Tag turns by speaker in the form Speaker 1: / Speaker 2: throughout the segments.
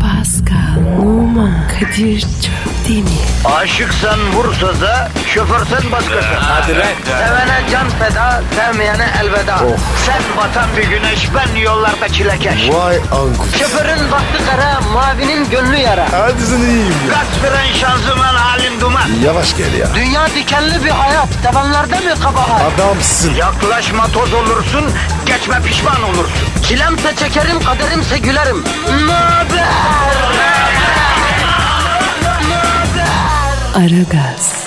Speaker 1: Pascal, Oman, Kadir çok değil mi?
Speaker 2: Aşıksan vursa da şoförsen başkasın. Hadi
Speaker 3: lan. Oh.
Speaker 2: Sevene can feda, sevmeyene elveda. Sen batan bir güneş, ben yollarda çilekeş.
Speaker 3: Vay anku.
Speaker 2: Şoförün baktı kara, mavinin gönlü yara.
Speaker 3: Hadi sen iyiyim ya.
Speaker 2: Kasperen şanzıman halin duman.
Speaker 3: Yavaş gel ya.
Speaker 2: Dünya dikenli bir hayat, sevenlerde mi kabahar?
Speaker 3: Adamsın.
Speaker 2: Yaklaşma toz olursun, geçme pişman olursun. Çilemse çekerim, kaderimse gülerim. Möber!
Speaker 1: Aragaz,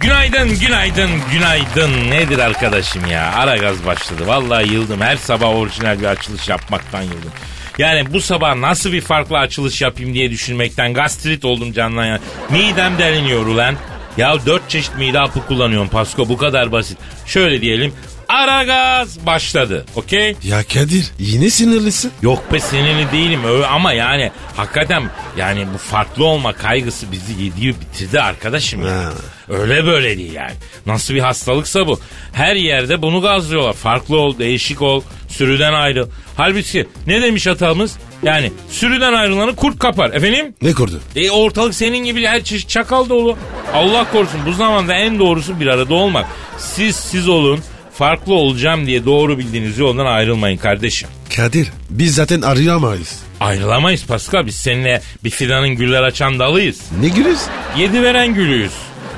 Speaker 4: Günaydın, günaydın, günaydın. Nedir arkadaşım ya? Ara gaz başladı. Vallahi yıldım. Her sabah orijinal bir açılış yapmaktan yıldım. Yani bu sabah nasıl bir farklı açılış yapayım diye düşünmekten gastrit oldum canlan ya. Midem deliniyor ulan. Ya dört çeşit mide hapı kullanıyorum Pasko bu kadar basit. Şöyle diyelim. Ara gaz başladı. Okey?
Speaker 3: Ya Kadir yine sinirlisin.
Speaker 4: Yok be sinirli değilim öyle ama yani hakikaten yani bu farklı olma kaygısı bizi yediği bitirdi arkadaşım ya.
Speaker 3: Ha.
Speaker 4: Öyle böyle değil yani. Nasıl bir hastalıksa bu. Her yerde bunu gazlıyorlar. Farklı ol, değişik ol, sürüden ayrıl. Halbuki ne demiş atamız? Yani sürüden ayrılanı kurt kapar. Efendim?
Speaker 3: Ne kurdu?
Speaker 4: E ortalık senin gibi her çeşit çakal dolu. Allah korusun bu zamanda en doğrusu bir arada olmak. Siz siz olun. Farklı olacağım diye doğru bildiğiniz yoldan ayrılmayın kardeşim.
Speaker 3: Kadir biz zaten arayamayız.
Speaker 4: Ayrılamayız Pascal biz seninle bir fidanın güller açan dalıyız.
Speaker 3: Ne gülüyoruz?
Speaker 4: Yedi veren gülüyüz.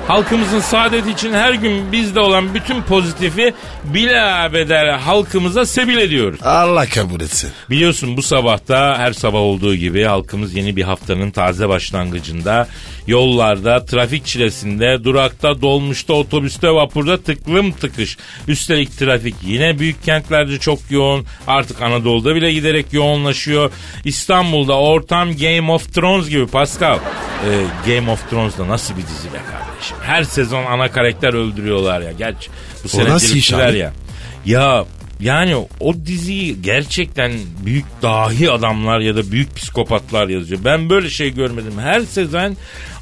Speaker 4: Halkımızın saadeti için her gün bizde olan bütün pozitifi bilabeder halkımıza sebil ediyoruz.
Speaker 3: Allah kabul etsin.
Speaker 4: Biliyorsun bu sabahta her sabah olduğu gibi halkımız yeni bir haftanın taze başlangıcında yollarda, trafik çilesinde, durakta, dolmuşta, otobüste, vapurda tıklım tıkış. Üstelik trafik yine büyük kentlerde çok yoğun. Artık Anadolu'da bile giderek yoğunlaşıyor. İstanbul'da ortam Game of Thrones gibi Pascal. Ee, Game of Thrones da nasıl bir dizi be kardeşim. Her sezon ana karakter öldürüyorlar ya. Gerçi bu sene
Speaker 3: nasıl iş
Speaker 4: dirilttiler
Speaker 3: abi?
Speaker 4: ya. Ya yani o diziyi gerçekten büyük dahi adamlar ya da büyük psikopatlar yazıyor. Ben böyle şey görmedim. Her sezon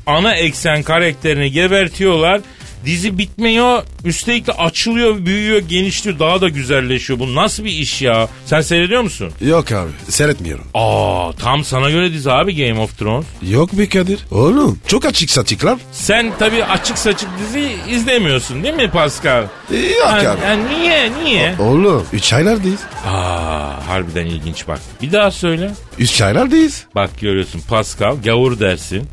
Speaker 4: ana eksen karakterini gebertiyorlar. Dizi bitmiyor. Üstelik de açılıyor, büyüyor, genişliyor. Daha da güzelleşiyor. Bu nasıl bir iş ya? Sen seyrediyor musun?
Speaker 3: Yok abi seyretmiyorum.
Speaker 4: Aa tam sana göre dizi abi Game of Thrones.
Speaker 3: Yok be Kadir. Oğlum çok açık satıklar.
Speaker 4: Sen tabii açık saçık dizi izlemiyorsun değil mi Pascal?
Speaker 3: E, yok
Speaker 4: Ha-
Speaker 3: abi.
Speaker 4: ha, niye niye?
Speaker 3: Oğlum 3 aylardayız.
Speaker 4: Aa harbiden ilginç bak. Bir daha söyle.
Speaker 3: 3 aylardayız.
Speaker 4: Bak görüyorsun Pascal gavur dersin.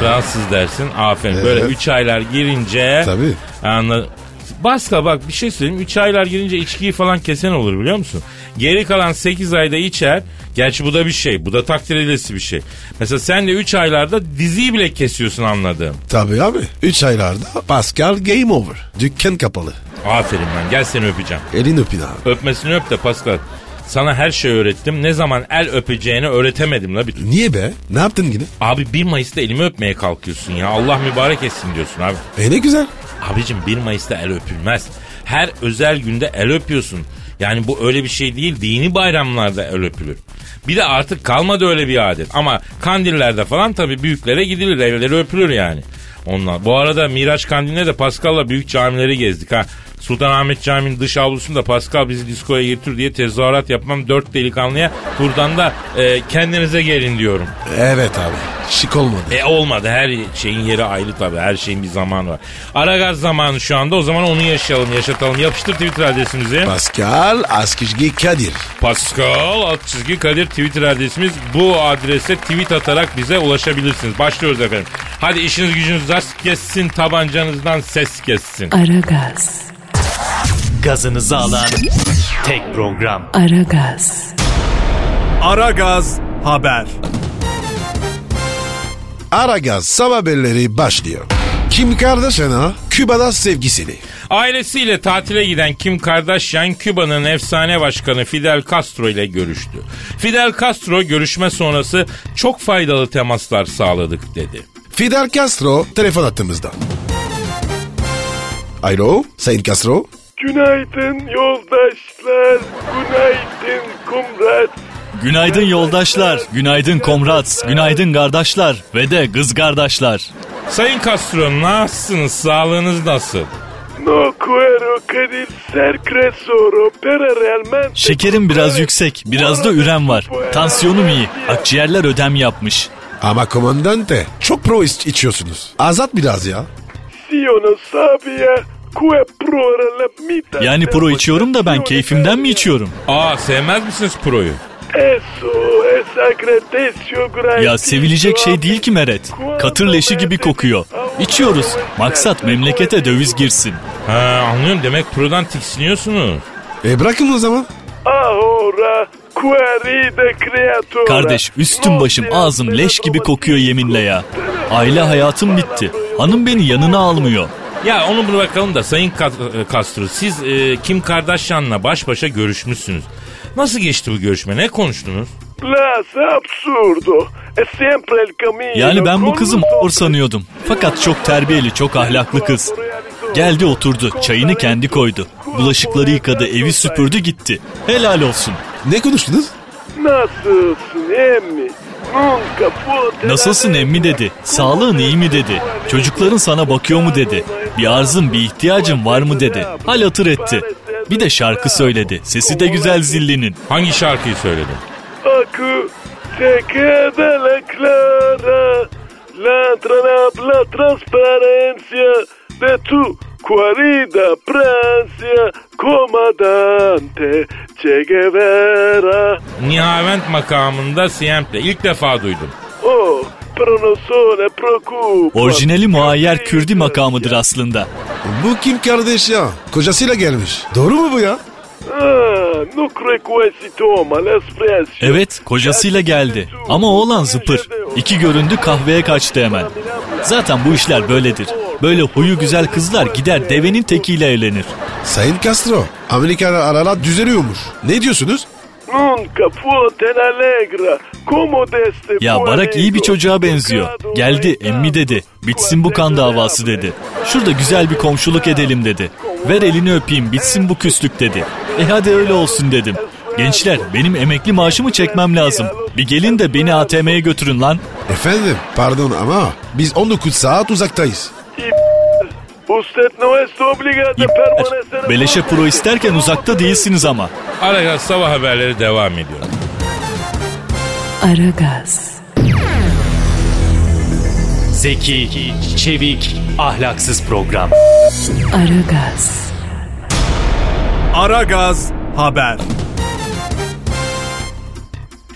Speaker 4: Fransız dersin. Aferin. Böyle
Speaker 3: Evet.
Speaker 4: 3 aylar girince.
Speaker 3: Tabii.
Speaker 4: Anla... Pascal bak bir şey söyleyeyim. 3 aylar girince içkiyi falan kesen olur biliyor musun? Geri kalan 8 ayda içer. Gerçi bu da bir şey. Bu da takdir edilesi bir şey. Mesela sen de 3 aylarda diziyi bile kesiyorsun anladığım.
Speaker 3: Tabii abi 3 aylarda Pascal game over. Dükkan kapalı.
Speaker 4: Aferin lan. Gel seni öpeceğim.
Speaker 3: Elin öpün abi.
Speaker 4: Öpmesini öp de Pascal. Sana her şeyi öğrettim. Ne zaman el öpeceğini öğretemedim la bir türlü.
Speaker 3: Niye be? Ne yaptın yine?
Speaker 4: Abi 1 Mayıs'ta elimi öpmeye kalkıyorsun ya. Allah mübarek etsin diyorsun abi.
Speaker 3: E ne güzel.
Speaker 4: Abicim 1 Mayıs'ta el öpülmez. Her özel günde el öpüyorsun. Yani bu öyle bir şey değil. Dini bayramlarda el öpülür. Bir de artık kalmadı öyle bir adet. Ama kandillerde falan tabii büyüklere gidilir. Evleri öpülür yani. Onlar. Bu arada Miraç Kandil'de de Pascal'la büyük camileri gezdik ha. Sultanahmet Camii'nin dış avlusunda Pascal bizi diskoya götür diye tezahürat yapmam dört delikanlıya buradan da e, kendinize gelin diyorum.
Speaker 3: Evet abi. Şık olmadı.
Speaker 4: E olmadı her şeyin yeri ayrı tabii her şeyin bir zamanı var. Aragaz zamanı şu anda o zaman onu yaşayalım yaşatalım. Yapıştır Twitter adresimizi.
Speaker 3: Pascal Askizgi Kadir.
Speaker 4: Pascal alt çizgi Kadir Twitter adresimiz. Bu adrese tweet atarak bize ulaşabilirsiniz. Başlıyoruz efendim. Hadi işiniz gücünüz rast kessin tabancanızdan ses kessin.
Speaker 1: Aragaz,
Speaker 5: gazınızı alan tek program.
Speaker 1: Aragaz,
Speaker 5: Ara Gaz Haber.
Speaker 3: Aragaz sabah haberleri başlıyor. Kim Kardashian'a Küba'da sevgisini.
Speaker 4: Ailesiyle tatile giden Kim Kardashian, Küba'nın efsane başkanı Fidel Castro ile görüştü. Fidel Castro görüşme sonrası çok faydalı temaslar sağladık dedi.
Speaker 3: Fidel Castro telefon attığımızda. Alo Sayın Castro.
Speaker 6: Günaydın yoldaşlar, günaydın kumrat.
Speaker 5: Günaydın yoldaşlar, günaydın komrats, günaydın kardeşler ve de kız kardeşler.
Speaker 4: Sayın Castro nasılsınız? Sağlığınız nasıl?
Speaker 7: No quiero Kadir ser cresoro para realmente...
Speaker 5: Şekerim biraz yüksek, biraz da ürem var. Tansiyonum iyi. Akciğerler ödem yapmış.
Speaker 3: Ama komandante çok pro iç- içiyorsunuz. Azat biraz ya.
Speaker 7: Si uno sabia que pro era la mitad
Speaker 5: Yani
Speaker 7: de
Speaker 5: pro içiyorum da ben
Speaker 7: potasyum
Speaker 5: keyfimden mi içiyorum?
Speaker 4: Aa sevmez misiniz Pro'yu?
Speaker 7: Eso es agradezio grandioso.
Speaker 5: Ya sevilecek şey değil ki Meret. Katır leşi gibi kokuyor. İçiyoruz. Maksat memlekete döviz girsin.
Speaker 4: Ha anlıyorum demek Pro'dan tiksiniyorsunuz.
Speaker 3: E bırakın o zaman.
Speaker 7: Ahora querida creatura.
Speaker 5: Kardeş üstüm başım ağzım leş gibi kokuyor yeminle ya. Aile hayatım bitti. Hanım beni yanına almıyor.
Speaker 4: Ya onu bunu bakalım da Sayın Ka- e, Castro siz e, Kim Kardashian'la baş başa görüşmüşsünüz. Nasıl geçti bu görüşme? Ne konuştunuz?
Speaker 7: Las absurdo. Es siempre el camino.
Speaker 5: Yani ben bu
Speaker 7: con
Speaker 5: kızım
Speaker 7: los
Speaker 5: or sanıyordum. Fakat çok terbiyeli, çok ahlaklı kız. Geldi oturdu, çayını kendi koydu. Bulaşıkları yıkadı, evi süpürdü gitti. Helal olsun.
Speaker 3: Ne konuştunuz?
Speaker 7: Nasılsın emmi? Nunca puedo-
Speaker 5: Nasılsın emmi dedi. Sağlığın iyi mi dedi. Çocukların sana bakıyor mu dedi. Bir arzın bir ihtiyacın var mı dedi. Hal hatır etti. Bir de şarkı söyledi. Sesi de güzel zillinin.
Speaker 4: Hangi şarkıyı söyledin?
Speaker 7: Aku te queda la clara, la la transparencia de tu querida Francia, comandante Che Guevara.
Speaker 4: Nihavent makamında Siempre. ilk defa duydum.
Speaker 7: Oh, pero no solo preocupa.
Speaker 5: Orijinali muayyer Kürdi makamıdır aslında.
Speaker 3: Bu kim kardeş ya? Kocasıyla gelmiş. Doğru mu bu ya?
Speaker 7: Ah, no creo que si toma la expresión.
Speaker 5: Evet kocasıyla geldi. Ama oğlan zıpır. İki göründü kahveye kaçtı hemen. Zaten bu işler böyledir. Böyle huyu güzel kızlar gider devenin tekiyle evlenir.
Speaker 3: Sayın Castro, Amerika'da aralar düzeliyormuş. Ne diyorsunuz?
Speaker 7: Nunca fue tan alegra como desde
Speaker 5: Ya
Speaker 7: tu
Speaker 5: Barak iyi bir
Speaker 7: amigo.
Speaker 5: çocuğa benziyor. Geldi emmi dedi. Bitsin bu kan davası dedi. Şurada güzel bir komşuluk edelim dedi. Ver elini öpeyim bitsin bu küslük dedi. E hadi öyle olsun dedim. Gençler benim emekli maaşımı çekmem lazım. Bir gelin de beni ATM'ye götürün lan.
Speaker 3: Efendim, pardon ama biz 19 saat uzaktayız.
Speaker 7: Usted no es obligado a permanecer
Speaker 5: İpler. Beleşe pro isterken uzakta değilsiniz ama.
Speaker 4: Aragaz sabah haberleri devam ediyor.
Speaker 1: Aragaz,
Speaker 5: Zeki, çevik, ahlaksız program.
Speaker 1: Aragaz,
Speaker 5: Aragaz Haber.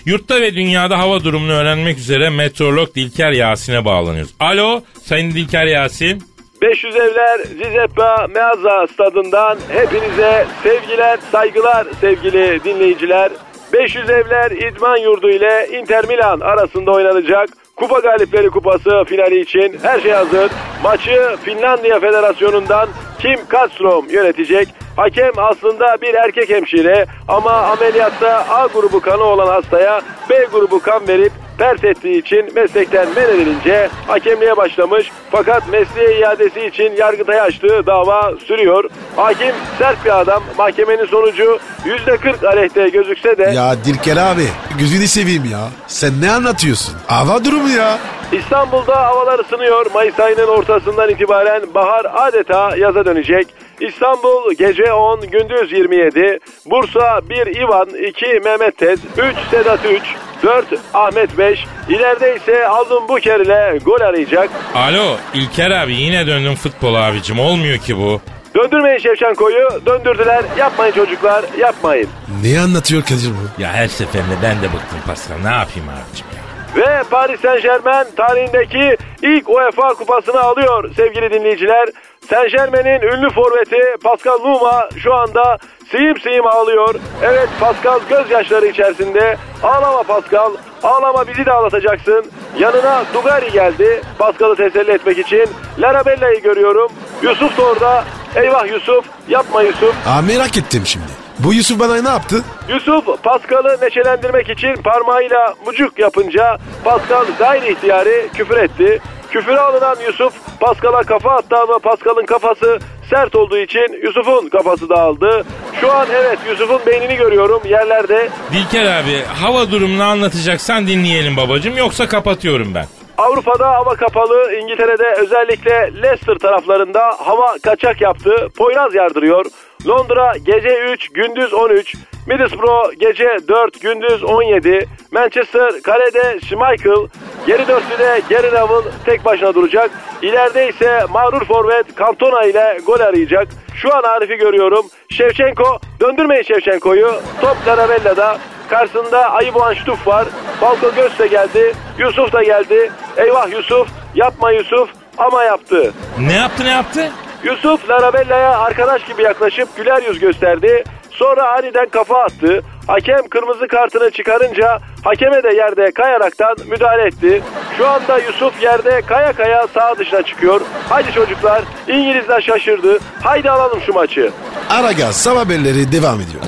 Speaker 4: Yurtta ve dünyada hava durumunu öğrenmek üzere meteorolog Dilker Yasin'e bağlanıyoruz. Alo Sayın Dilker Yasin.
Speaker 7: 500 evler Zizeppa Meazza stadından hepinize sevgiler, saygılar sevgili dinleyiciler. 500 evler İdman Yurdu ile Inter Milan arasında oynanacak Kupa Galipleri Kupası finali için her şey hazır. Maçı Finlandiya Federasyonu'ndan Kim Kastrom yönetecek. Hakem aslında bir erkek hemşire ama ameliyatta A grubu kanı olan hastaya B grubu kan verip pert ettiği için meslekten men edilince hakemliğe başlamış fakat mesleğe iadesi için Yargıtay'a açtığı dava sürüyor. Hakim sert bir adam mahkemenin sonucu %40 aleyhte gözükse de
Speaker 3: Ya Dilker abi, gözünü seveyim ya. Sen ne anlatıyorsun? Hava durumu ya.
Speaker 7: İstanbul'da havalar ısınıyor. Mayıs ayının ortasından itibaren bahar adeta yaza dönecek. İstanbul gece 10, gündüz 27. Bursa 1 İvan, 2 Mehmet Tez, 3 Sedat 3, 4 Ahmet 5. İleride ise Aldın Buker ile gol arayacak.
Speaker 4: Alo İlker abi yine döndüm futbol abicim olmuyor ki bu.
Speaker 7: Döndürmeyin Şevçenko'yu. Döndürdüler. Yapmayın çocuklar. Yapmayın.
Speaker 3: Ne anlatıyor Kadir bu?
Speaker 4: Ya her seferinde ben de bıktım Pascal ne yapayım abicim ya.
Speaker 7: Ve Paris Saint Germain tarihindeki ilk UEFA kupasını alıyor sevgili dinleyiciler. Saint Germain'in ünlü forveti Pascal Numa şu anda siyim siyim ağlıyor. Evet Pascal gözyaşları içerisinde. Ağlama Pascal. Ağlama bizi de ağlatacaksın. Yanına Dugari geldi Pascal'ı teselli etmek için. Larabella'yı görüyorum. Yusuf da orada. Eyvah Yusuf. Yapma Yusuf.
Speaker 3: Aa, merak ettim şimdi. Bu Yusuf bana ne yaptı?
Speaker 7: Yusuf Paskal'ı neşelendirmek için parmağıyla mucuk yapınca Paskal gayri ihtiyari küfür etti. Küfüre alınan Yusuf Paskal'a kafa attı ama Paskal'ın kafası sert olduğu için Yusuf'un kafası dağıldı. Şu an evet Yusuf'un beynini görüyorum yerlerde.
Speaker 4: Dilker abi hava durumunu anlatacaksan dinleyelim babacım yoksa kapatıyorum ben.
Speaker 6: Avrupa'da hava kapalı, İngiltere'de özellikle Leicester taraflarında hava kaçak yaptı, Poyraz yardırıyor. Londra gece 3, gündüz 13, Middlesbrough gece 4, gündüz 17, Manchester kalede Schmeichel, geri dörtlüde Gary Neville tek başına duracak. İleride ise mağrur forvet Cantona ile gol arayacak. Şu an Arif'i görüyorum. Şevçenko, döndürmeyin Şevçenko'yu. Top Carabella'da. Karşısında Ayıboğan Ştuf var. Falco Göz de geldi. Yusuf da geldi. Eyvah Yusuf. Yapma Yusuf. Ama yaptı.
Speaker 4: Ne yaptı ne yaptı?
Speaker 6: Yusuf Larabella'ya arkadaş gibi yaklaşıp güler yüz gösterdi. Sonra aniden kafa attı. Hakem kırmızı kartını çıkarınca hakeme de yerde kayaraktan müdahale etti. Şu anda Yusuf yerde kaya kaya sağ dışına çıkıyor. Haydi çocuklar İngilizler şaşırdı. Haydi alalım şu maçı.
Speaker 3: Aragaz sabah haberleri devam ediyor.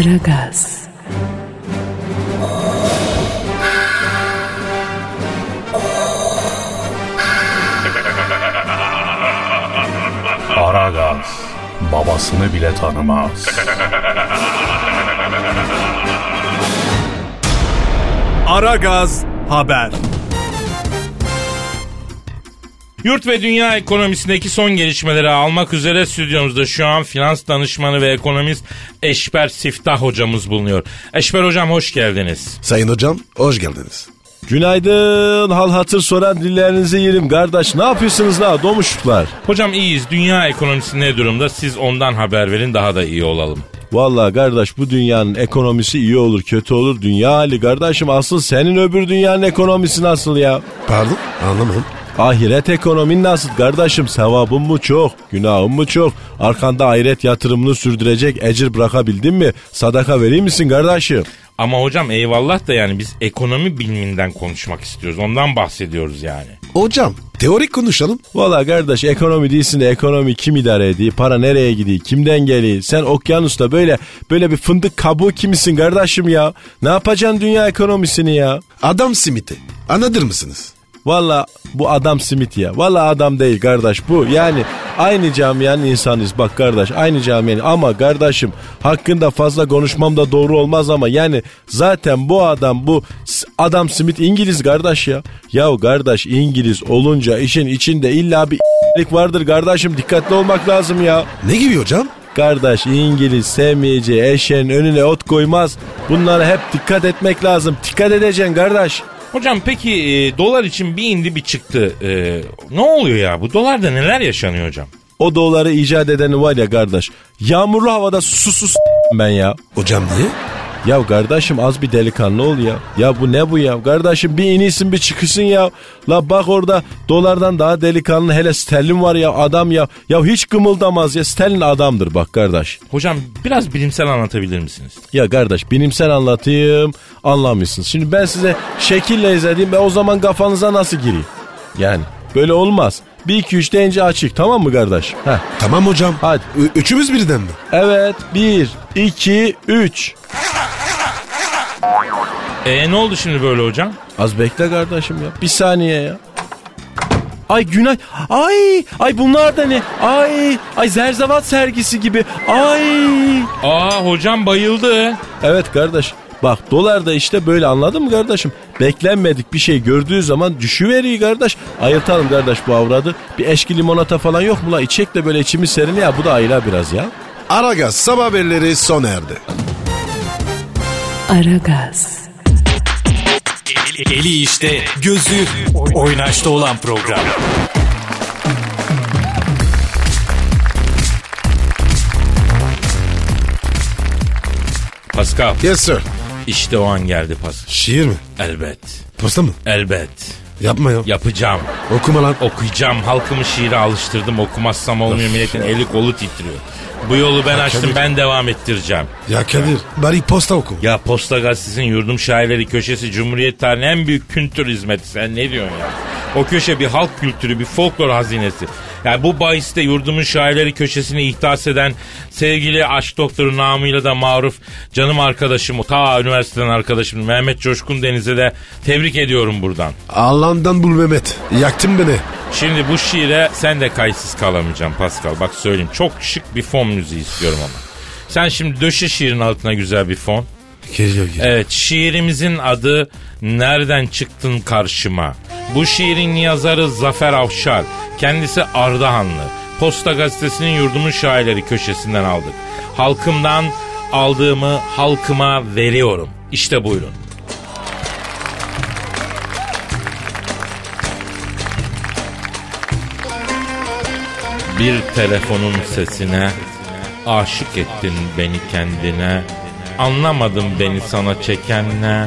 Speaker 1: Aragaz,
Speaker 8: Aragaz babasını bile tanımaz.
Speaker 5: Ara Gaz Haber
Speaker 4: Yurt ve dünya ekonomisindeki son gelişmeleri almak üzere stüdyomuzda şu an finans danışmanı ve ekonomist Eşber Siftah hocamız bulunuyor. Eşber hocam hoş geldiniz.
Speaker 3: Sayın hocam hoş geldiniz.
Speaker 7: Günaydın hal hatır soran dillerinizi yerim kardeş. Ne yapıyorsunuz la domuşuklar?
Speaker 4: Hocam iyiyiz. Dünya ekonomisi ne durumda? Siz ondan haber verin daha da iyi olalım.
Speaker 7: Vallahi kardeş bu dünyanın ekonomisi iyi olur kötü olur. Dünya hali kardeşim asıl senin öbür dünyanın ekonomisi nasıl ya?
Speaker 3: Pardon anlamadım.
Speaker 7: Ahiret ekonomin nasıl kardeşim? Sevabın mı çok? Günahın mı çok? Arkanda ahiret yatırımını sürdürecek ecir bırakabildin mi? Sadaka vereyim misin kardeşim?
Speaker 4: Ama hocam eyvallah da yani biz ekonomi biliminden konuşmak istiyoruz. Ondan bahsediyoruz yani.
Speaker 3: Hocam teorik konuşalım.
Speaker 7: Valla kardeş ekonomi değilsin de ekonomi kim idare ediyor? Para nereye gidiyor? Kimden geliyor? Sen okyanusta böyle böyle bir fındık kabuğu kimisin kardeşim ya? Ne yapacaksın dünya ekonomisini ya?
Speaker 3: Adam simiti. Anladır mısınız?
Speaker 7: Valla bu adam simit ya. Valla adam değil kardeş bu. Yani aynı camianın insanıyız bak kardeş. Aynı camianın ama kardeşim hakkında fazla konuşmam da doğru olmaz ama yani zaten bu adam bu s- adam simit İngiliz kardeş ya. Yahu kardeş İngiliz olunca işin içinde illa bir vardır kardeşim dikkatli olmak lazım ya.
Speaker 3: Ne gibi hocam?
Speaker 7: Kardeş İngiliz sevmeyeceği eşeğin önüne ot koymaz. Bunlara hep dikkat etmek lazım. Dikkat edeceksin kardeş.
Speaker 4: Hocam peki e, dolar için bir indi bir çıktı. E, ne oluyor ya? Bu dolarda neler yaşanıyor hocam?
Speaker 7: O doları icat edeni var ya kardeş. Yağmurlu havada sus sus ben ya.
Speaker 3: Hocam diye.
Speaker 7: Ya kardeşim az bir delikanlı ol ya. Ya bu ne bu ya? Kardeşim bir inisin bir çıkışın ya. La bak orada dolardan daha delikanlı hele sterlin var ya adam ya. Ya hiç kımıldamaz ya sterlin adamdır bak kardeş.
Speaker 4: Hocam biraz bilimsel anlatabilir misiniz?
Speaker 7: Ya kardeş bilimsel anlatayım anlamıyorsunuz. Şimdi ben size şekille izlediğim ve o zaman kafanıza nasıl gireyim? Yani böyle olmaz. 1 2 3 deyince açık tamam mı kardeş? Heh.
Speaker 3: Tamam hocam.
Speaker 7: Hadi.
Speaker 3: Ü- üçümüz birden mi?
Speaker 7: Evet 1 2 3
Speaker 4: E ne oldu şimdi böyle hocam?
Speaker 7: Az bekle kardeşim ya. Bir saniye ya. Ay günay. Ay ay bunlar da ne? Ay ay zerzevat sergisi gibi. Ay.
Speaker 4: Aa hocam bayıldı.
Speaker 7: Evet kardeş. Bak dolar da işte böyle anladın mı kardeşim? Beklenmedik bir şey gördüğü zaman düşüveriyor kardeş. Ayırtalım kardeş bu avradı. Bir eşki limonata falan yok mu la? İçek de böyle içimiz seriniyor. ya. Bu da ayla biraz ya.
Speaker 3: Aragaz sabah haberleri sona erdi.
Speaker 1: Aragaz,
Speaker 5: Eli işte, gözü oynaşta olan program.
Speaker 4: Pascal
Speaker 3: Yes sir.
Speaker 4: işte o an geldi Pascal.
Speaker 3: Şiir mi?
Speaker 4: Elbet.
Speaker 3: Posta mı?
Speaker 4: Elbet.
Speaker 3: Yapma ya.
Speaker 4: Yapacağım.
Speaker 3: Okuma lan.
Speaker 4: Okuyacağım. Halkımı şiire alıştırdım. Okumazsam olmuyor. Milletin eli kolu titriyor. Bu yolu ben açtım. Ben devam ettireceğim.
Speaker 3: Ya Kadir. Bari posta oku.
Speaker 4: Ya Posta Gazetesi'nin yurdum şairleri köşesi Cumhuriyet tarihinin en büyük kültür hizmeti. Sen ne diyorsun ya? O köşe bir halk kültürü, bir folklor hazinesi. Yani bu bahiste yurdumun şairleri köşesini ihdas eden sevgili aşk doktoru namıyla da maruf canım arkadaşım, ta üniversiteden arkadaşım Mehmet Coşkun Deniz'e de tebrik ediyorum buradan.
Speaker 3: Allah'ından bul Mehmet. Yaktın beni.
Speaker 4: Şimdi bu şiire sen de kayıtsız kalamayacaksın Pascal. Bak söyleyeyim çok şık bir fon müziği istiyorum ama. Sen şimdi döşe şiirin altına güzel bir fon.
Speaker 3: Geliyor geliyor.
Speaker 4: Evet şiirimizin adı Nereden Çıktın Karşıma. Bu şiirin yazarı Zafer Avşar. Kendisi Ardahanlı. Posta gazetesinin yurdumun şairleri köşesinden aldık. Halkımdan aldığımı halkıma veriyorum. İşte buyurun. Bir telefonun sesine aşık ettin beni kendine. Anlamadım beni sana çekenle.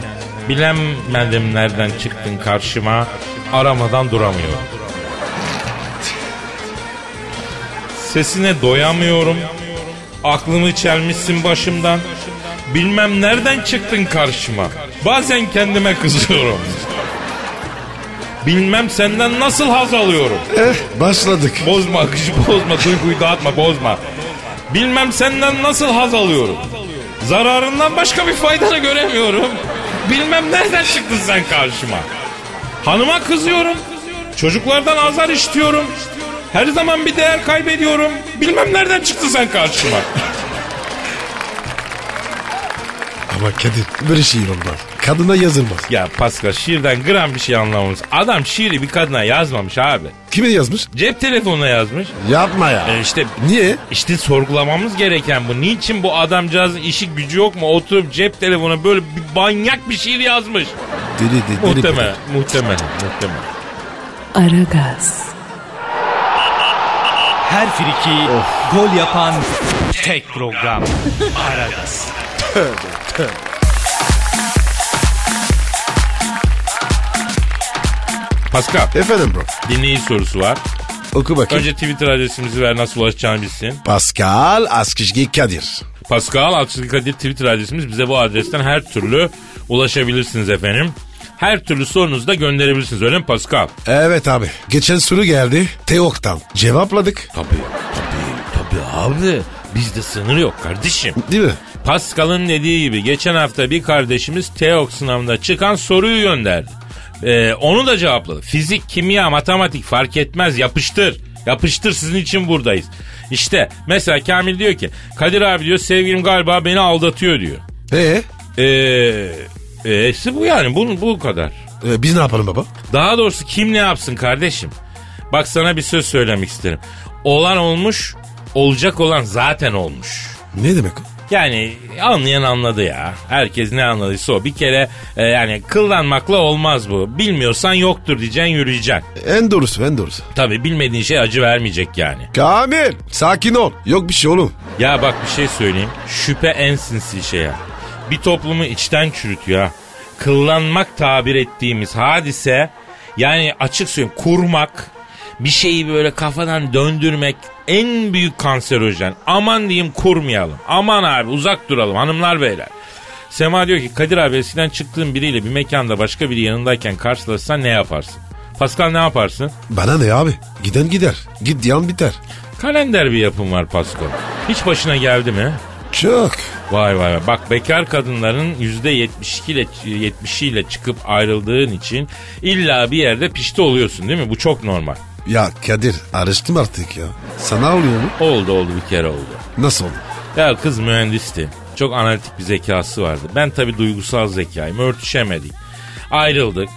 Speaker 4: Bilemedim nereden çıktın karşıma. Aramadan duramıyorum. Sesine doyamıyorum. Aklımı çelmişsin başımdan. Bilmem nereden çıktın karşıma. Bazen kendime kızıyorum. Bilmem senden nasıl haz alıyorum.
Speaker 3: Eh başladık.
Speaker 4: Bozma akışı bozma duyguyu dağıtma bozma. Bilmem senden nasıl haz alıyorum. Zararından başka bir faydanı göremiyorum. Bilmem nereden çıktın sen karşıma. Hanıma kızıyorum. Çocuklardan azar işitiyorum. Her zaman bir değer kaybediyorum. Bilmem nereden çıktın sen karşıma.
Speaker 3: Ama Kadir böyle şiir olmaz. Kadına yazılmaz.
Speaker 4: ya Pascal şiirden gram bir şey anlamamış. Adam şiiri bir kadına yazmamış abi.
Speaker 3: Kime yazmış?
Speaker 4: Cep telefonuna yazmış.
Speaker 3: Yapma ya.
Speaker 4: E işte
Speaker 3: Niye?
Speaker 4: İşte sorgulamamız gereken bu. Niçin bu adamcağızın işi gücü yok mu? Oturup cep telefonu böyle bir banyak bir şiir yazmış.
Speaker 3: Deli deli. deli
Speaker 4: Muhtemelen, muhtemelen, muhtemelen.
Speaker 1: Aragaz,
Speaker 5: Her friki gol yapan tek program.
Speaker 4: Pascal,
Speaker 3: Efendim bro.
Speaker 4: dinleyici sorusu var.
Speaker 3: Oku bakayım.
Speaker 4: Önce Twitter adresimizi ver nasıl ulaşacağını bilsin.
Speaker 3: Pascal Askışgi Kadir.
Speaker 4: Pascal Askizgi Kadir Twitter adresimiz. Bize bu adresten her türlü ulaşabilirsiniz efendim. Her türlü sorunuzu da gönderebilirsiniz öyle mi Pascal?
Speaker 3: Evet abi. Geçen soru geldi. Teok'tan. Cevapladık.
Speaker 4: Tabii, tabii, tabii abi. Bizde sınır yok kardeşim.
Speaker 3: Değil mi?
Speaker 4: Pascal'ın dediği gibi geçen hafta bir kardeşimiz TEOK sınavında çıkan soruyu gönderdi. Ee, onu da cevapladı. Fizik, kimya, matematik fark etmez yapıştır. Yapıştır sizin için buradayız. İşte mesela Kamil diyor ki Kadir abi diyor sevgilim galiba beni aldatıyor diyor.
Speaker 3: Ee,
Speaker 4: Eee hepsi bu yani bu, bu kadar.
Speaker 3: e, biz ne yapalım baba?
Speaker 4: Daha doğrusu kim ne yapsın kardeşim? Bak sana bir söz söylemek isterim. Olan olmuş, olacak olan zaten olmuş.
Speaker 3: Ne demek o?
Speaker 4: Yani anlayan anladı ya. Herkes ne anladıysa o. Bir kere e, yani kıllanmakla olmaz bu. Bilmiyorsan yoktur diyeceksin yürüyeceksin.
Speaker 3: En doğrusu en doğrusu.
Speaker 4: Tabii bilmediğin şey acı vermeyecek yani.
Speaker 3: Kamil sakin ol. Yok bir şey oğlum.
Speaker 4: Ya bak bir şey söyleyeyim. Şüphe en sinsi şey ya. Bir toplumu içten çürütüyor ha. Kıllanmak tabir ettiğimiz hadise yani açık söyleyeyim kurmak bir şeyi böyle kafadan döndürmek en büyük kanserojen. Aman diyeyim kurmayalım. Aman abi uzak duralım hanımlar beyler. Sema diyor ki Kadir abi eskiden çıktığın biriyle bir mekanda başka biri yanındayken karşılaşsan ne yaparsın? Pascal ne yaparsın?
Speaker 3: Bana ne abi? Giden gider. Git yan biter.
Speaker 4: Kalender bir yapım var Pascal. Hiç başına geldi mi?
Speaker 3: Çok.
Speaker 4: Vay vay vay. Bak bekar kadınların yüzde ile 70 ile çıkıp ayrıldığın için illa bir yerde pişti oluyorsun değil mi? Bu çok normal.
Speaker 3: Ya Kadir arıştım artık ya. Sana oluyor mu?
Speaker 4: Oldu oldu bir kere oldu.
Speaker 3: Nasıl oldu?
Speaker 4: Ya kız mühendisti. Çok analitik bir zekası vardı. Ben tabii duygusal zekayım. Örtüşemedik. Ayrıldık.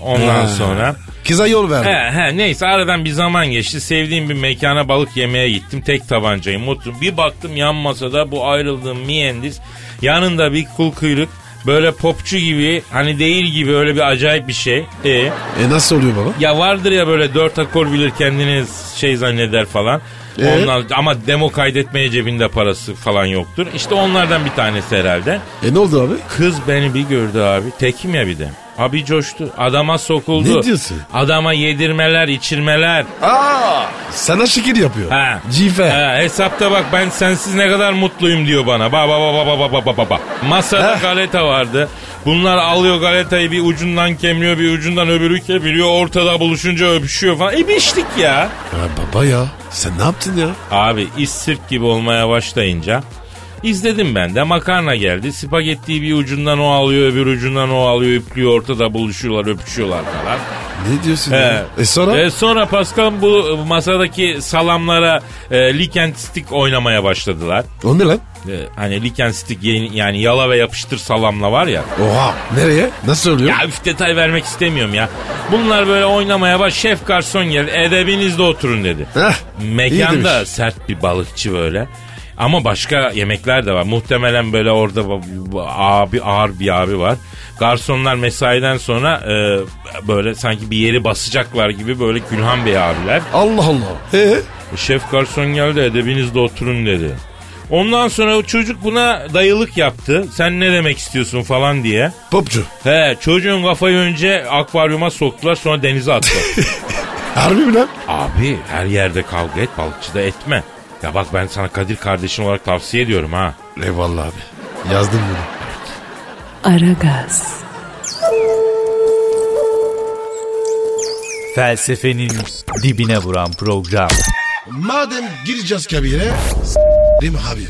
Speaker 4: Ondan
Speaker 3: Ha.
Speaker 4: sonra
Speaker 3: Kıza yol verdi.
Speaker 4: He he neyse aradan bir zaman geçti. Sevdiğim bir mekana balık yemeye gittim. Tek tabancayı mutluyum. Bir baktım yan masada bu ayrıldığım mühendis. Yanında bir kul kuyruk. Böyle popçu gibi hani değil gibi öyle bir acayip bir şey. E
Speaker 3: E nasıl oluyor baba?
Speaker 4: ya vardır ya böyle dört akor bilir kendini şey zanneder falan.
Speaker 3: E?
Speaker 4: Onlar, ama demo kaydetmeye cebinde parası falan yoktur. İşte onlardan bir tanesi herhalde.
Speaker 3: E ne oldu abi?
Speaker 4: Kız beni bir gördü abi. Tekim ya bir de. Abi coştu. Adama sokuldu.
Speaker 3: Ne diyorsun?
Speaker 4: Adama yedirmeler, içirmeler.
Speaker 3: Aa, sana şekil yapıyor.
Speaker 4: Ha.
Speaker 3: Cife.
Speaker 4: Ha, hesapta bak ben sensiz ne kadar mutluyum diyor bana. Ba ba ba ba ba ba ba ba ba. Masada
Speaker 3: Ha.
Speaker 4: galeta vardı. Bunlar alıyor galetayı bir ucundan kemliyor bir ucundan öbürü kemiriyor. Ortada buluşunca öpüşüyor falan. E biçtik ya.
Speaker 3: Ya baba ya sen ne yaptın ya?
Speaker 4: Abi iş sirk gibi olmaya başlayınca izledim ben de makarna geldi. Spagettiyi bir ucundan o alıyor öbür ucundan o alıyor öpüyor ortada buluşuyorlar öpüşüyorlar falan.
Speaker 3: Ne diyorsun
Speaker 4: He.
Speaker 3: ya? E sonra?
Speaker 4: E sonra Pascal bu masadaki salamlara e, lick and stick oynamaya başladılar.
Speaker 3: O ne lan?
Speaker 4: E, hani lick and stick yeni- yani yala ve yapıştır salamla var ya.
Speaker 3: Oha. Nereye? Nasıl oluyor?
Speaker 4: Ya üf detay vermek istemiyorum ya. Bunlar böyle oynamaya baş. Şef garson geldi. Edebinizde oturun dedi.
Speaker 3: Heh, iyi
Speaker 4: Mekanda
Speaker 3: demiş.
Speaker 4: sert bir balıkçı böyle. Ama başka yemekler de var. Muhtemelen böyle orada ba- ba- abi ağır bir abi var. Garsonlar mesaiden sonra e, böyle sanki bir yeri basacaklar gibi böyle Gülhan Bey abiler.
Speaker 3: Allah Allah. Ee?
Speaker 4: E, Şef garson geldi edebinizde oturun dedi. Ondan sonra o çocuk buna dayılık yaptı. Sen ne demek istiyorsun falan diye.
Speaker 3: Popçu.
Speaker 4: He çocuğun kafayı önce akvaryuma soktular sonra denize attılar.
Speaker 3: Harbi mi lan?
Speaker 4: Abi her yerde kavga et balıkçıda etme. Ya bak ben sana Kadir kardeşin olarak tavsiye ediyorum ha.
Speaker 3: Eyvallah E, abi. Yazdım bunu.
Speaker 1: Aragaz,
Speaker 5: Felsefenin dibine vuran program.
Speaker 3: Madem gireceğiz kabire, s**rim abi.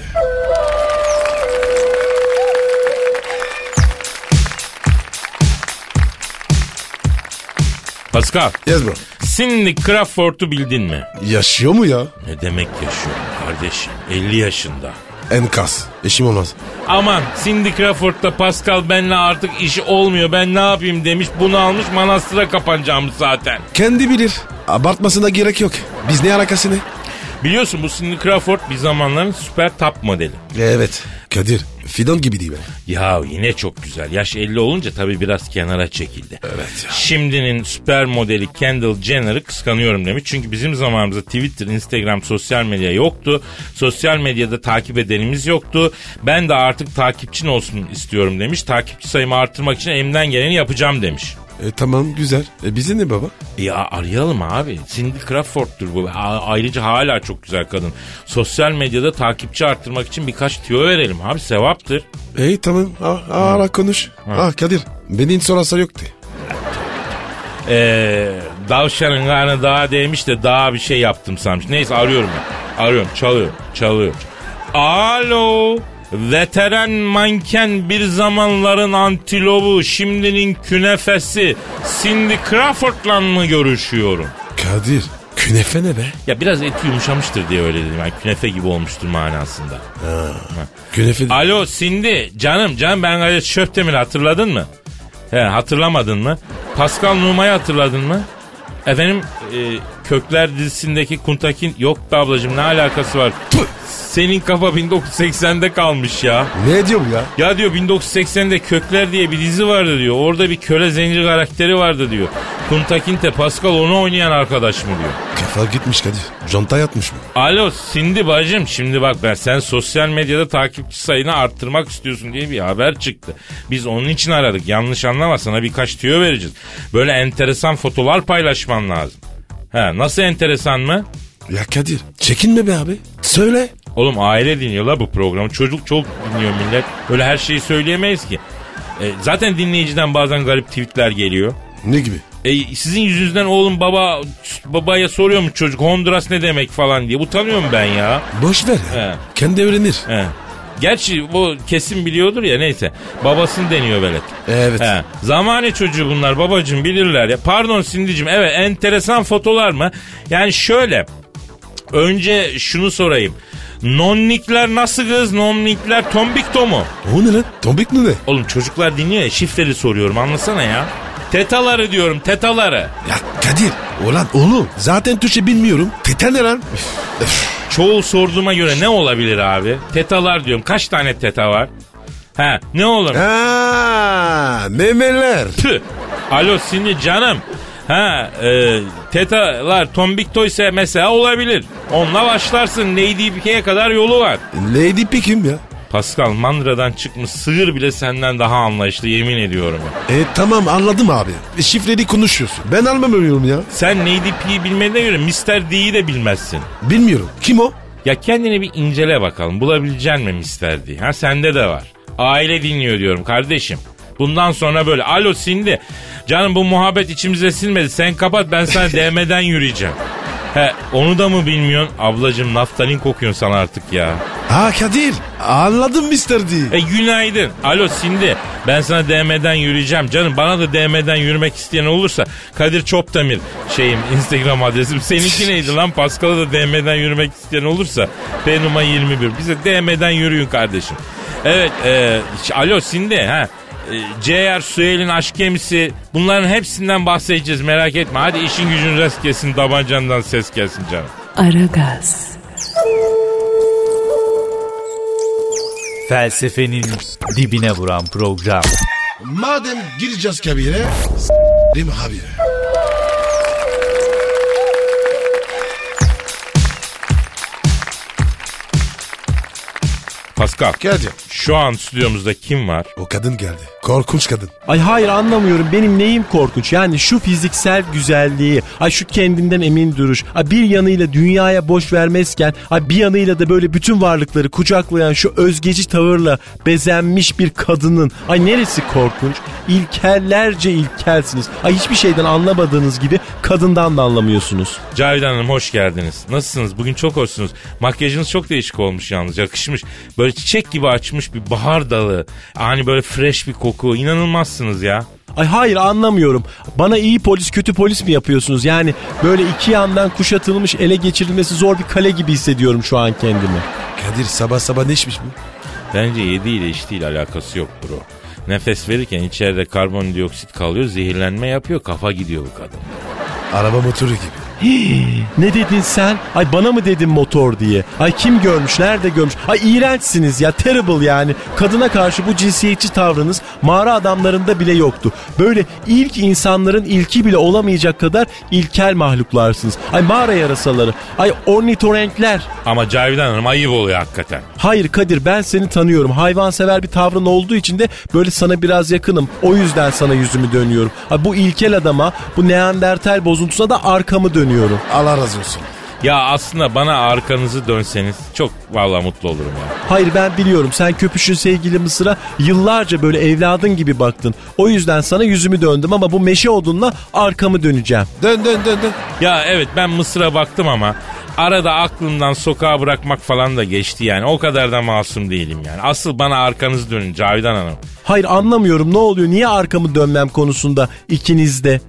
Speaker 4: Pascal
Speaker 3: Yaz bro.
Speaker 4: Cindy Crawford'u bildin mi?
Speaker 3: Yaşıyor mu ya?
Speaker 4: Ne demek yaşıyor kardeşim 50 yaşında.
Speaker 3: Enkaz. Eşim olmaz.
Speaker 4: Aman Cindy Crawford'la Pascal benle artık işi olmuyor ben ne yapayım demiş bunu almış manastıra kapanacağım zaten.
Speaker 3: Kendi bilir. Abartmasına gerek yok. Biz ne alakası ne?
Speaker 4: Biliyorsun bu Cindy Crawford bir zamanların süper top modeli.
Speaker 3: Evet. Kadir, fidan gibi değil mi?
Speaker 4: Ya yine çok güzel. Yaş 50 olunca tabii biraz kenara çekildi.
Speaker 3: Evet ya.
Speaker 4: Şimdinin süper modeli Kendall Jenner'ı kıskanıyorum demiş. Çünkü bizim zamanımızda Twitter, Instagram, sosyal medya yoktu. Sosyal medyada takip edenimiz yoktu. Ben de artık takipçin olsun istiyorum demiş. Takipçi sayımı artırmak için elimden geleni yapacağım demiş.
Speaker 3: E, tamam güzel. E, bize ne baba?
Speaker 4: Ya arayalım abi. Cindy Crawford'dur bu. A- ayrıca hala çok güzel kadın. Sosyal medyada takipçi arttırmak için birkaç tüyo verelim abi. Sevaptır.
Speaker 3: E tamam. A- ara konuş. Ha. Kadir, benim sorası yoktu.
Speaker 4: Ee, davşanın karnı daha değmiş de daha bir şey yaptım sanmış. Neyse arıyorum ben. Arıyorum çalıyor çalıyor. Alo veteran manken bir zamanların antilobu şimdinin künefesi Cindy Crawford'la mı görüşüyorum?
Speaker 3: Kadir, künefe ne be?
Speaker 4: Ya biraz eti yumuşamıştır diye öyle dedim. Yani künefe gibi olmuştur manasında.
Speaker 3: Künefe de-
Speaker 4: Alo Cindy canım canım ben Kadir Şöptemir hatırladın mı? He hatırlamadın mı? Pascal Numa'yı hatırladın mı? Efendim e, Kökler dizisindeki Kuntakin yok da ablacığım ne alakası var?
Speaker 3: Tüh!
Speaker 4: Senin kafa 1980'de kalmış ya.
Speaker 3: Ne diyor bu ya?
Speaker 4: Ya diyor 1980'de Kökler diye bir dizi vardı diyor. Orada bir köle zenci karakteri vardı diyor. Kuntakin de Pascal onu oynayan arkadaş mı diyor.
Speaker 3: Kafa gitmiş Kadir. Conta yatmış mı?
Speaker 4: Alo Cindy bacım şimdi bak ben sen sosyal medyada takipçi sayını arttırmak istiyorsun diye bir haber çıktı. Biz onun için aradık yanlış anlama sana birkaç tüyo vereceğiz. Böyle enteresan fotolar paylaşman lazım. He nasıl enteresan mı?
Speaker 3: Ya Kadir, çekinme be abi. Söyle.
Speaker 4: Oğlum aile dinliyor la bu programı çocuk çok dinliyor millet. Öyle her şeyi söyleyemeyiz ki. E, zaten dinleyiciden bazen garip tweetler geliyor.
Speaker 3: Ne gibi?
Speaker 4: E, sizin yüzünüzden oğlum baba babaya soruyor mu çocuk Honduras ne demek falan diye. Utanıyorum ben ya.
Speaker 3: Boş ver ya.
Speaker 4: He.
Speaker 3: Kendi öğrenir.
Speaker 4: He. Gerçi bu kesin biliyordur ya neyse. Babasını deniyor velet.
Speaker 3: E, Evet.
Speaker 4: He. Zamane çocuğu bunlar babacım bilirler ya. Pardon Sindicim evet enteresan fotolar mı? Yani şöyle. Önce şunu sorayım. Nonnikler nasıl kız? Nonnikler tombikto mu?
Speaker 3: O ne lan? Tombik mi ne?
Speaker 4: Oğlum çocuklar dinliyor ya şifreli soruyorum anlasana ya. Tetaları diyorum tetaları.
Speaker 3: Ya Kadir, ulan oğlum. Zaten Türkçe bilmiyorum. Tete ne lan? Üf, üf.
Speaker 4: Çoğul sorduğuma göre ne olabilir abi? Tetalar diyorum. Kaç tane teta var? He ne olur?
Speaker 3: Ha, memeler.
Speaker 4: Tüh. Alo Cindy canım. Ha e, tetalar tombikto ise mesela olabilir. Onunla başlarsın Lady Pike'ye kadar yolu var.
Speaker 3: Lady Pick'im ya.
Speaker 4: Pascal mandradan çıkmış sığır bile senden daha anlayışlı yemin ediyorum. ya.
Speaker 3: E tamam anladım abi. E, Şifreli konuşuyorsun. Ben anlamıyorum ya.
Speaker 4: Sen Lady Pike'yi bilmediğine göre Mr. D'yi de bilmezsin.
Speaker 3: Bilmiyorum. Kim o?
Speaker 4: Ya kendini bir incele bakalım bulabilecek mi Mr. D? Ha sende de var. Aile dinliyor diyorum kardeşim. Bundan sonra böyle. Alo Cindy. Canım bu muhabbet içimize silmedi. Sen kapat ben sana DM'den yürüyeceğim. He onu da mı bilmiyorsun? Ablacım naftalin kokuyorsun sana artık ya.
Speaker 3: Ha Kadir anladım Mr. D.
Speaker 4: E günaydın. Alo Sindi. Ben sana DM'den yürüyeceğim. Canım bana da DM'den yürümek isteyen olursa Kadir Çopdemir şeyim Instagram adresim. Seninki neydi lan? Paskal'a da DM'den yürümek isteyen olursa Benuma 21. Bize DM'den yürüyün kardeşim. Evet. e, ş- alo Sindi. Ha. E, C.R. Süheyl'in aşk gemisi bunların hepsinden bahsedeceğiz merak etme. Hadi işin gücün rast gelsin tabancandan ses gelsin canım.
Speaker 1: Aragaz,
Speaker 5: Felsefenin dibine vuran program.
Speaker 3: Madem gireceğiz kabire s**rim abi.
Speaker 4: Pascal
Speaker 3: Kadir
Speaker 4: şu an stüdyomuzda kim var?
Speaker 3: o kadın geldi. Korkunç kadın.
Speaker 7: Ay hayır anlamıyorum benim neyim korkunç yani şu fiziksel güzelliği ay şu kendinden emin duruş ay bir yanıyla dünyaya boş vermezken ay bir yanıyla da böyle bütün varlıkları kucaklayan şu özgeci tavırla bezenmiş bir kadının ay neresi korkunç ilkellerce ilkelsiniz ay hiçbir şeyden anlamadığınız gibi kadından da anlamıyorsunuz.
Speaker 4: Cavidan Hanım hoş geldiniz. Nasılsınız? Bugün çok hoşsunuz. Makyajınız çok değişik olmuş yalnız. Yakışmış. Böyle çiçek gibi açmış bir bahar dalı. Hani böyle fresh bir koku. İnanılmazsınız ya.
Speaker 7: Ay hayır anlamıyorum. Bana iyi polis kötü polis mi yapıyorsunuz? Yani böyle iki yandan kuşatılmış ele geçirilmesi zor bir kale gibi hissediyorum şu an kendimi.
Speaker 3: Kadir sabah sabah ne içmiş bu?
Speaker 4: Bence yediğiyle içtiğiyle alakası yok bro. Nefes verirken içeride karbondioksit kalıyor. Zehirlenme yapıyor. Kafa gidiyor bu kadın.
Speaker 3: Araba motoru gibi.
Speaker 7: Ne dedin sen? Ay bana mı dedin motor diye? Ay kim görmüş? Nerede görmüş? Ay iğrençsiniz ya. Terrible yani. Kadına karşı bu cinsiyetçi tavrınız mağara adamlarında bile yoktu. Böyle ilk insanların ilki bile olamayacak kadar ilkel mahluklarsınız. Ay mağara yarasaları. Ay ornitorenkler.
Speaker 4: Ama Cavidan Hanım ayıp oluyor hakikaten.
Speaker 7: Hayır Kadir ben seni tanıyorum. Hayvansever bir tavrın olduğu için de böyle sana biraz yakınım. O yüzden sana yüzümü dönüyorum. Ay bu ilkel adama, bu neandertal bozuntusuna da arkamı dönüyorum.
Speaker 3: Allah razı olsun.
Speaker 4: Ya aslında bana arkanızı dönseniz çok valla mutlu olurum ya.
Speaker 7: Hayır ben biliyorum sen köpüşün sevgili Mısır'a yıllarca böyle evladın gibi baktın. O yüzden sana yüzümü döndüm ama bu meşe odunla arkamı döneceğim.
Speaker 3: Dön dön dön dön.
Speaker 4: Ya evet ben Mısır'a baktım ama arada aklımdan sokağa bırakmak falan da geçti yani. O kadar da masum değilim yani. Asıl bana arkanız dönün Cavidan Hanım.
Speaker 7: Hayır anlamıyorum ne oluyor niye arkamı dönmem konusunda ikiniz de.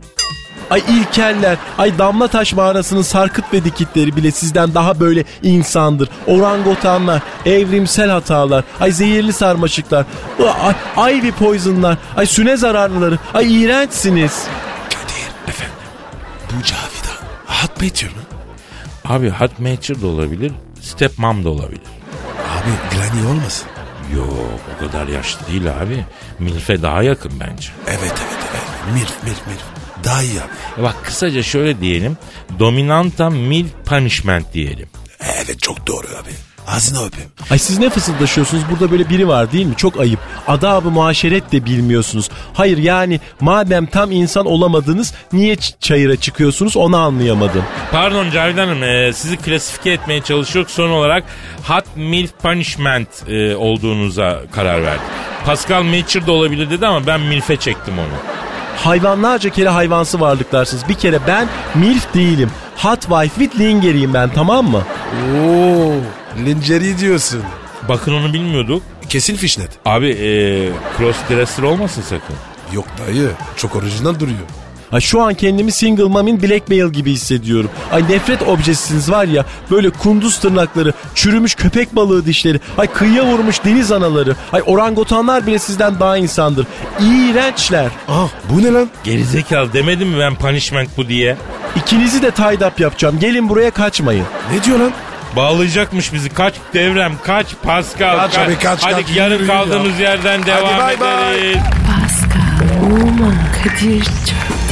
Speaker 7: Ay ilkeller, ay damla taş mağarasının sarkıt ve dikitleri bile sizden daha böyle insandır. Orangotanlar, evrimsel hatalar, ay zehirli sarmaşıklar, ay, ay ivy poisonlar, ay süne zararlıları, ay iğrençsiniz.
Speaker 3: Bu Cavidan. Hat mı itiyor lan?
Speaker 4: Abi Hot Matcher da olabilir, Stepmom da olabilir.
Speaker 3: Abi Granny olmasın.
Speaker 4: Yok o kadar yaşlı değil abi. Milf'e daha yakın bence.
Speaker 3: Evet evet evet. Mirf mirf mirf. Daha iyi abi.
Speaker 4: E bak kısaca şöyle diyelim. Dominanta Milf Punishment diyelim.
Speaker 3: Evet çok doğru abi. Ağzını öpeyim.
Speaker 7: Ay siz ne fısıldaşıyorsunuz? Burada böyle biri var değil mi? Çok ayıp. Adabı muaşeret de bilmiyorsunuz. Hayır yani madem tam insan olamadınız niye ç- çayıra çıkıyorsunuz onu anlayamadım.
Speaker 4: Pardon Cavidan Hanım e, sizi klasifike etmeye çalışıyoruz. Son olarak Hot Milf Punishment e, olduğunuza karar verdik. Pascal Matcher da olabilir dedi ama ben Milf'e çektim onu.
Speaker 7: Hayvanlarca kere hayvansı varlıklarsınız. Bir kere ben MILF değilim. Hot Wife with Linger'iyim ben tamam mı?
Speaker 3: Oo, linceri diyorsun.
Speaker 4: Bakın onu bilmiyorduk.
Speaker 3: Kesin fişnet.
Speaker 4: Abi e, crossdresser olmasın sakın.
Speaker 3: Yok dayı, çok orijinal duruyor.
Speaker 7: Ay şu an kendimi single mom'in blackmail gibi hissediyorum. Ay nefret objesiniz var ya böyle kunduz tırnakları, çürümüş köpek balığı dişleri, ay kıyıya vurmuş deniz anaları, ay orangotanlar bile sizden daha insandır. İğrençler.
Speaker 3: Ah, bu ne lan?
Speaker 4: Gerizekalı demedim mi ben punishment bu diye?
Speaker 7: İkinizi de tie up yapacağım. Gelin buraya kaçmayın.
Speaker 3: Ne diyor lan?
Speaker 4: Bağlayacakmış bizi. Kaç devrem, kaç Pascal.
Speaker 3: Kaç abi, kaç,
Speaker 4: Hadi
Speaker 3: kaç,
Speaker 4: yarın
Speaker 3: yürü
Speaker 4: kaldığımız yerden devam
Speaker 3: bay bay.
Speaker 4: ederiz.
Speaker 1: Pascal, Oman, Kadir çok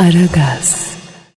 Speaker 1: Aragaz.